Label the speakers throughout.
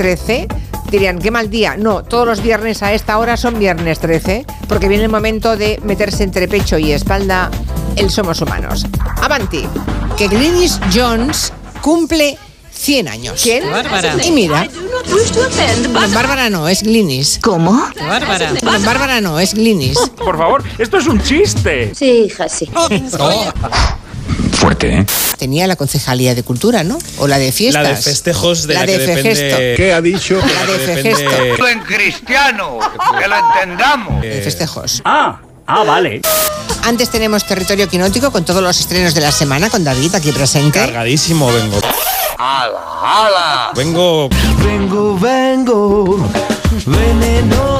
Speaker 1: 13, dirían, qué mal día. No, todos los viernes a esta hora son viernes 13, porque viene el momento de meterse entre pecho y espalda el Somos Humanos. Avanti, que Glynis Jones cumple 100 años.
Speaker 2: ¿Quién?
Speaker 3: Bárbara.
Speaker 1: Y mira,
Speaker 2: Bárbara.
Speaker 1: Bárbara no, es Glynis.
Speaker 4: ¿Cómo?
Speaker 3: Bárbara.
Speaker 1: Bárbara no, es Glynis.
Speaker 5: Por favor, esto es un chiste.
Speaker 4: Sí, hija, sí.
Speaker 6: Fuerte, ¿eh?
Speaker 1: Tenía la concejalía de cultura, ¿no? O la de
Speaker 7: La
Speaker 1: fiestas.
Speaker 7: de festejos de
Speaker 1: La
Speaker 7: la,
Speaker 1: de
Speaker 7: que
Speaker 1: Fegesto.
Speaker 7: depende...
Speaker 8: ¿Qué ha dicho?
Speaker 1: La de
Speaker 7: que
Speaker 1: Fegesto.
Speaker 7: depende-
Speaker 9: en cristiano, que lo entendamos.
Speaker 1: De festejos.
Speaker 8: Ah, ah, vale.
Speaker 1: Antes tenemos territorio quinótico con todos los estrenos de la semana, con David aquí presente.
Speaker 7: Cargadísimo vengo.
Speaker 9: ¡Hala, hala!
Speaker 7: Vengo...
Speaker 8: Vengo, vengo, venenoso.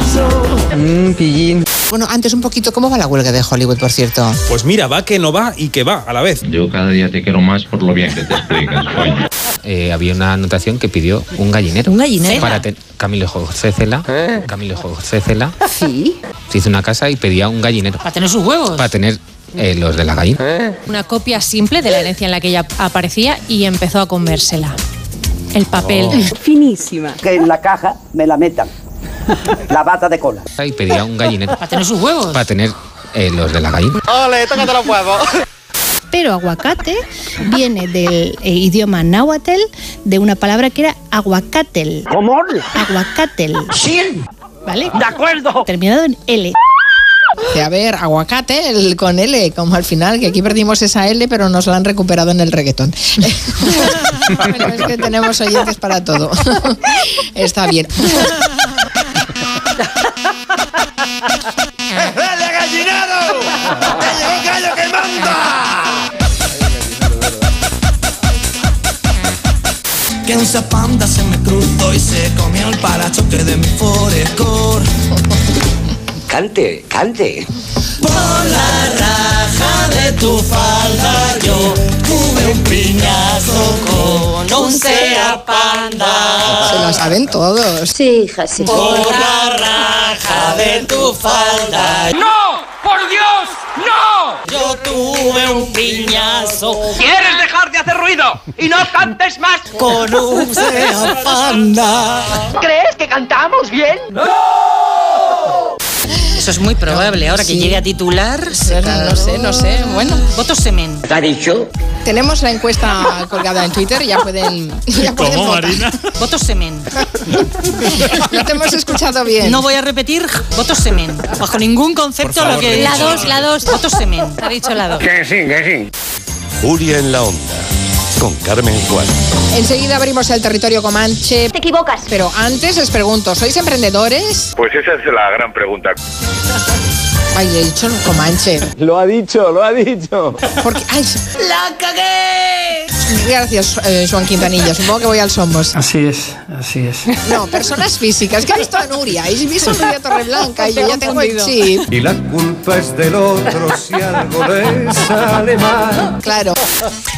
Speaker 1: Bueno, antes un poquito, ¿cómo va la huelga de Hollywood, por cierto?
Speaker 7: Pues mira, va que no va y que va a la vez.
Speaker 6: Yo cada día te quiero más por lo bien que te explicas, coño.
Speaker 10: Eh, había una anotación que pidió un gallinero.
Speaker 4: ¿Un gallinero?
Speaker 10: Para te- Camilo José Cela.
Speaker 8: ¿Eh?
Speaker 10: Camilo José Cela
Speaker 4: Sí.
Speaker 10: se hizo una casa y pedía un gallinero
Speaker 3: Para tener sus huevos.
Speaker 10: para tener eh, los de la gallina.
Speaker 8: ¿Eh?
Speaker 2: Una copia simple de la herencia en la que ella aparecía y empezó a comérsela. El papel.
Speaker 4: Finísima.
Speaker 8: Oh. Que en la caja me la metan. La bata de cola.
Speaker 10: Y pedía un gallinero
Speaker 3: Para tener sus huevos.
Speaker 10: para tener eh, los de la gallina.
Speaker 2: Pero aguacate viene del eh, idioma náhuatl de una palabra que era aguacatel.
Speaker 8: ¿Cómo?
Speaker 2: Aguacatel.
Speaker 8: Sí,
Speaker 2: ¿Vale?
Speaker 8: de acuerdo.
Speaker 2: Terminado en L.
Speaker 11: Que, a ver, aguacate el- con L, como al final, que aquí perdimos esa L, pero nos la han recuperado en el reggaetón. pero es que tenemos oyentes para todo. Está bien.
Speaker 9: ¡Dale, gallinero! ¡Te llegó gallo que manda!
Speaker 8: Que un zapanda se me cruzó y se comió el parachoque de mi forecor.
Speaker 9: Cante, cante.
Speaker 8: Por la raja de tu falda yo tuve un piñazo con un sea panda.
Speaker 11: Se lo saben todos.
Speaker 4: Sí, hija, sí.
Speaker 8: Por la raja de tu falda
Speaker 9: ¡No! ¡Por Dios! ¡No!
Speaker 8: yo tuve un piñazo
Speaker 9: ¿Quieres dejar de hacer ruido? ¡Y no cantes más!
Speaker 8: con un sea panda.
Speaker 9: ¿Crees que cantamos bien?
Speaker 3: Eso es muy probable. Ahora que llegue a titular.
Speaker 11: No sé, no sé. Bueno,
Speaker 3: Votos semen.
Speaker 8: ¿Te ha dicho?
Speaker 11: tenemos la encuesta colgada en Twitter, ya pueden. Ya pueden
Speaker 7: ¿Cómo,
Speaker 11: votar.
Speaker 7: Marina?
Speaker 3: Votos semen.
Speaker 11: No te hemos escuchado bien.
Speaker 3: No voy a repetir votos semen. Bajo ningún concepto
Speaker 7: Por
Speaker 3: lo
Speaker 7: favor,
Speaker 3: que.
Speaker 7: La
Speaker 2: dos, la dos.
Speaker 3: Votos semen. Ha dicho la dos.
Speaker 9: Que sí, que sí.
Speaker 8: Furia en la onda con Carmen Juan.
Speaker 11: Enseguida abrimos el territorio Comanche.
Speaker 4: Te equivocas.
Speaker 11: Pero antes les pregunto, ¿sois emprendedores?
Speaker 5: Pues esa es la gran pregunta.
Speaker 11: Ay, he dicho Comanche.
Speaker 8: Lo ha dicho, lo ha dicho.
Speaker 11: Porque, ay,
Speaker 8: ¡La cagué!
Speaker 11: gracias, eh, Juan Quintanilla. Supongo que voy al Somos.
Speaker 8: Así es, así es.
Speaker 11: No, personas físicas. Que he visto a Nuria. Y he visto a Nuria Torreblanca. Y yo ya tengo el chip.
Speaker 8: Y la culpa es del otro si algo le sale mal.
Speaker 11: Claro.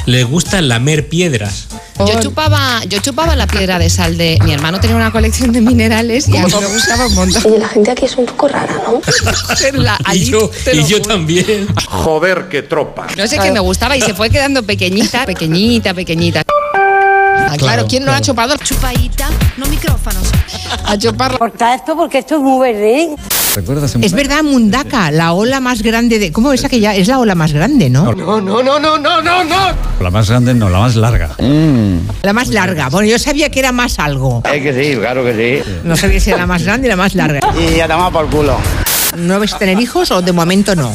Speaker 7: Le gusta lamer piedras.
Speaker 2: Yo chupaba, yo chupaba la piedra de sal de mi hermano tenía una colección de minerales y a mí me gustaba un montón.
Speaker 4: Oye, la gente aquí es un poco rara, ¿no?
Speaker 2: La- allí, te lo juro.
Speaker 7: también.
Speaker 8: Joder, qué tropa.
Speaker 2: No sé qué me gustaba y se fue quedando pequeñita, pequeñita, pequeñita.
Speaker 11: Ah, claro, ¿quién no ha chupado?
Speaker 2: Chupadita, no micrófonos.
Speaker 11: A chuparlo.
Speaker 4: Corta esto porque esto es muy verde. ¿eh?
Speaker 6: ¿Recuerdas
Speaker 1: Es verdad, Mundaka, la ola más grande de. ¿Cómo es aquella? Es la ola más grande, ¿no?
Speaker 8: No, no, no, no, no, no, no.
Speaker 6: La más grande, no, la más larga.
Speaker 1: Mm. La más larga. Bueno, yo sabía que era más algo.
Speaker 9: Es que sí, claro que sí.
Speaker 1: No sabía si era la más grande y la más larga.
Speaker 8: Y ya te vamos por culo.
Speaker 1: ¿No vais a tener hijos o de momento no?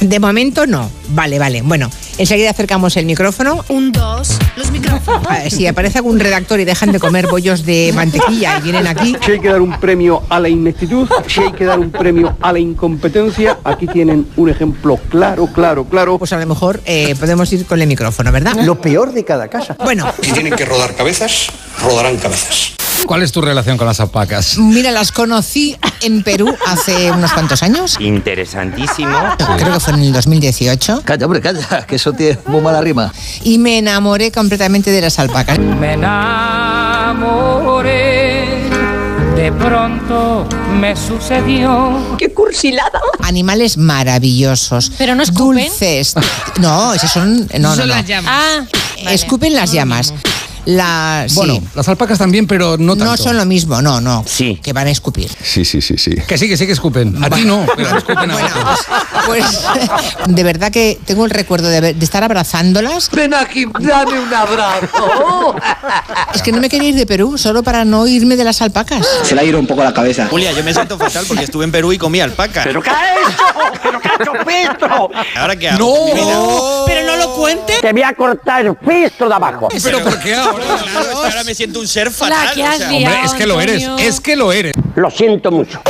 Speaker 1: De momento no. Vale, vale. Bueno, enseguida acercamos el micrófono.
Speaker 2: Un, dos, los micrófonos.
Speaker 1: A ver, Si aparece algún redactor y dejan de comer bollos de mantequilla y vienen aquí,
Speaker 8: Si hay que dar un premio a la ineptitud, si hay que dar un premio a la incompetencia, aquí tienen un ejemplo claro, claro, claro.
Speaker 1: pues a lo mejor eh, podemos ir con el micrófono, ¿verdad?
Speaker 8: Lo peor de cada casa.
Speaker 1: Bueno,
Speaker 8: Si tienen que rodar cabezas, rodarán cabezas.
Speaker 6: ¿Cuál es tu relación con las apacas?
Speaker 11: Mira, las conocí en Perú hace unos cuantos años.
Speaker 9: Interesantísimo.
Speaker 11: Creo que fue en el 2018.
Speaker 8: Calla, hombre, calla, que eso tiene muy mala rima.
Speaker 11: Y me enamoré completamente de las alpacas.
Speaker 3: Me enamoré. De pronto me sucedió.
Speaker 4: Qué cursilada.
Speaker 11: Animales maravillosos.
Speaker 2: Pero no escupen.
Speaker 11: Dulces. No, esas son. No, no,
Speaker 3: Son
Speaker 11: no.
Speaker 3: las llamas.
Speaker 2: Ah, vale.
Speaker 11: Escupen las llamas.
Speaker 1: La, sí.
Speaker 12: Bueno, las alpacas también, pero no tanto.
Speaker 1: No son lo mismo, no, no.
Speaker 12: Sí.
Speaker 1: Que van a escupir.
Speaker 13: Sí, sí, sí, sí.
Speaker 12: Que sí, que sí que escupen. A ti no, pero escupen a otros.
Speaker 1: Pues de verdad que tengo el recuerdo de, haber- de estar abrazándolas.
Speaker 14: Ven aquí, dame un abrazo.
Speaker 1: Es que no me quería ir de Perú solo para no irme de las alpacas.
Speaker 8: Se le ha ido un poco la cabeza.
Speaker 7: Julia, yo me siento fatal porque estuve en Perú y comí alpaca.
Speaker 8: ¿Pero
Speaker 7: qué ¿Ahora qué hago?
Speaker 8: No.
Speaker 7: Mira.
Speaker 3: Pero no lo cuente.
Speaker 8: Te voy a cortar el piso de abajo.
Speaker 7: ¿Pero por qué ahora? Claro, es que ahora me siento un ser fatal.
Speaker 3: La que has
Speaker 7: o sea,
Speaker 3: liado, Antonio.
Speaker 12: que lo eres.
Speaker 8: Lo siento mucho.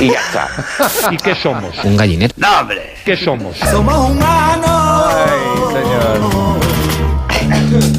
Speaker 15: Y ya está. ¿Y qué somos?
Speaker 6: Un gallinero.
Speaker 15: ¡No, hombre! ¿Qué somos?
Speaker 14: Somos humanos.
Speaker 15: Ay, señor.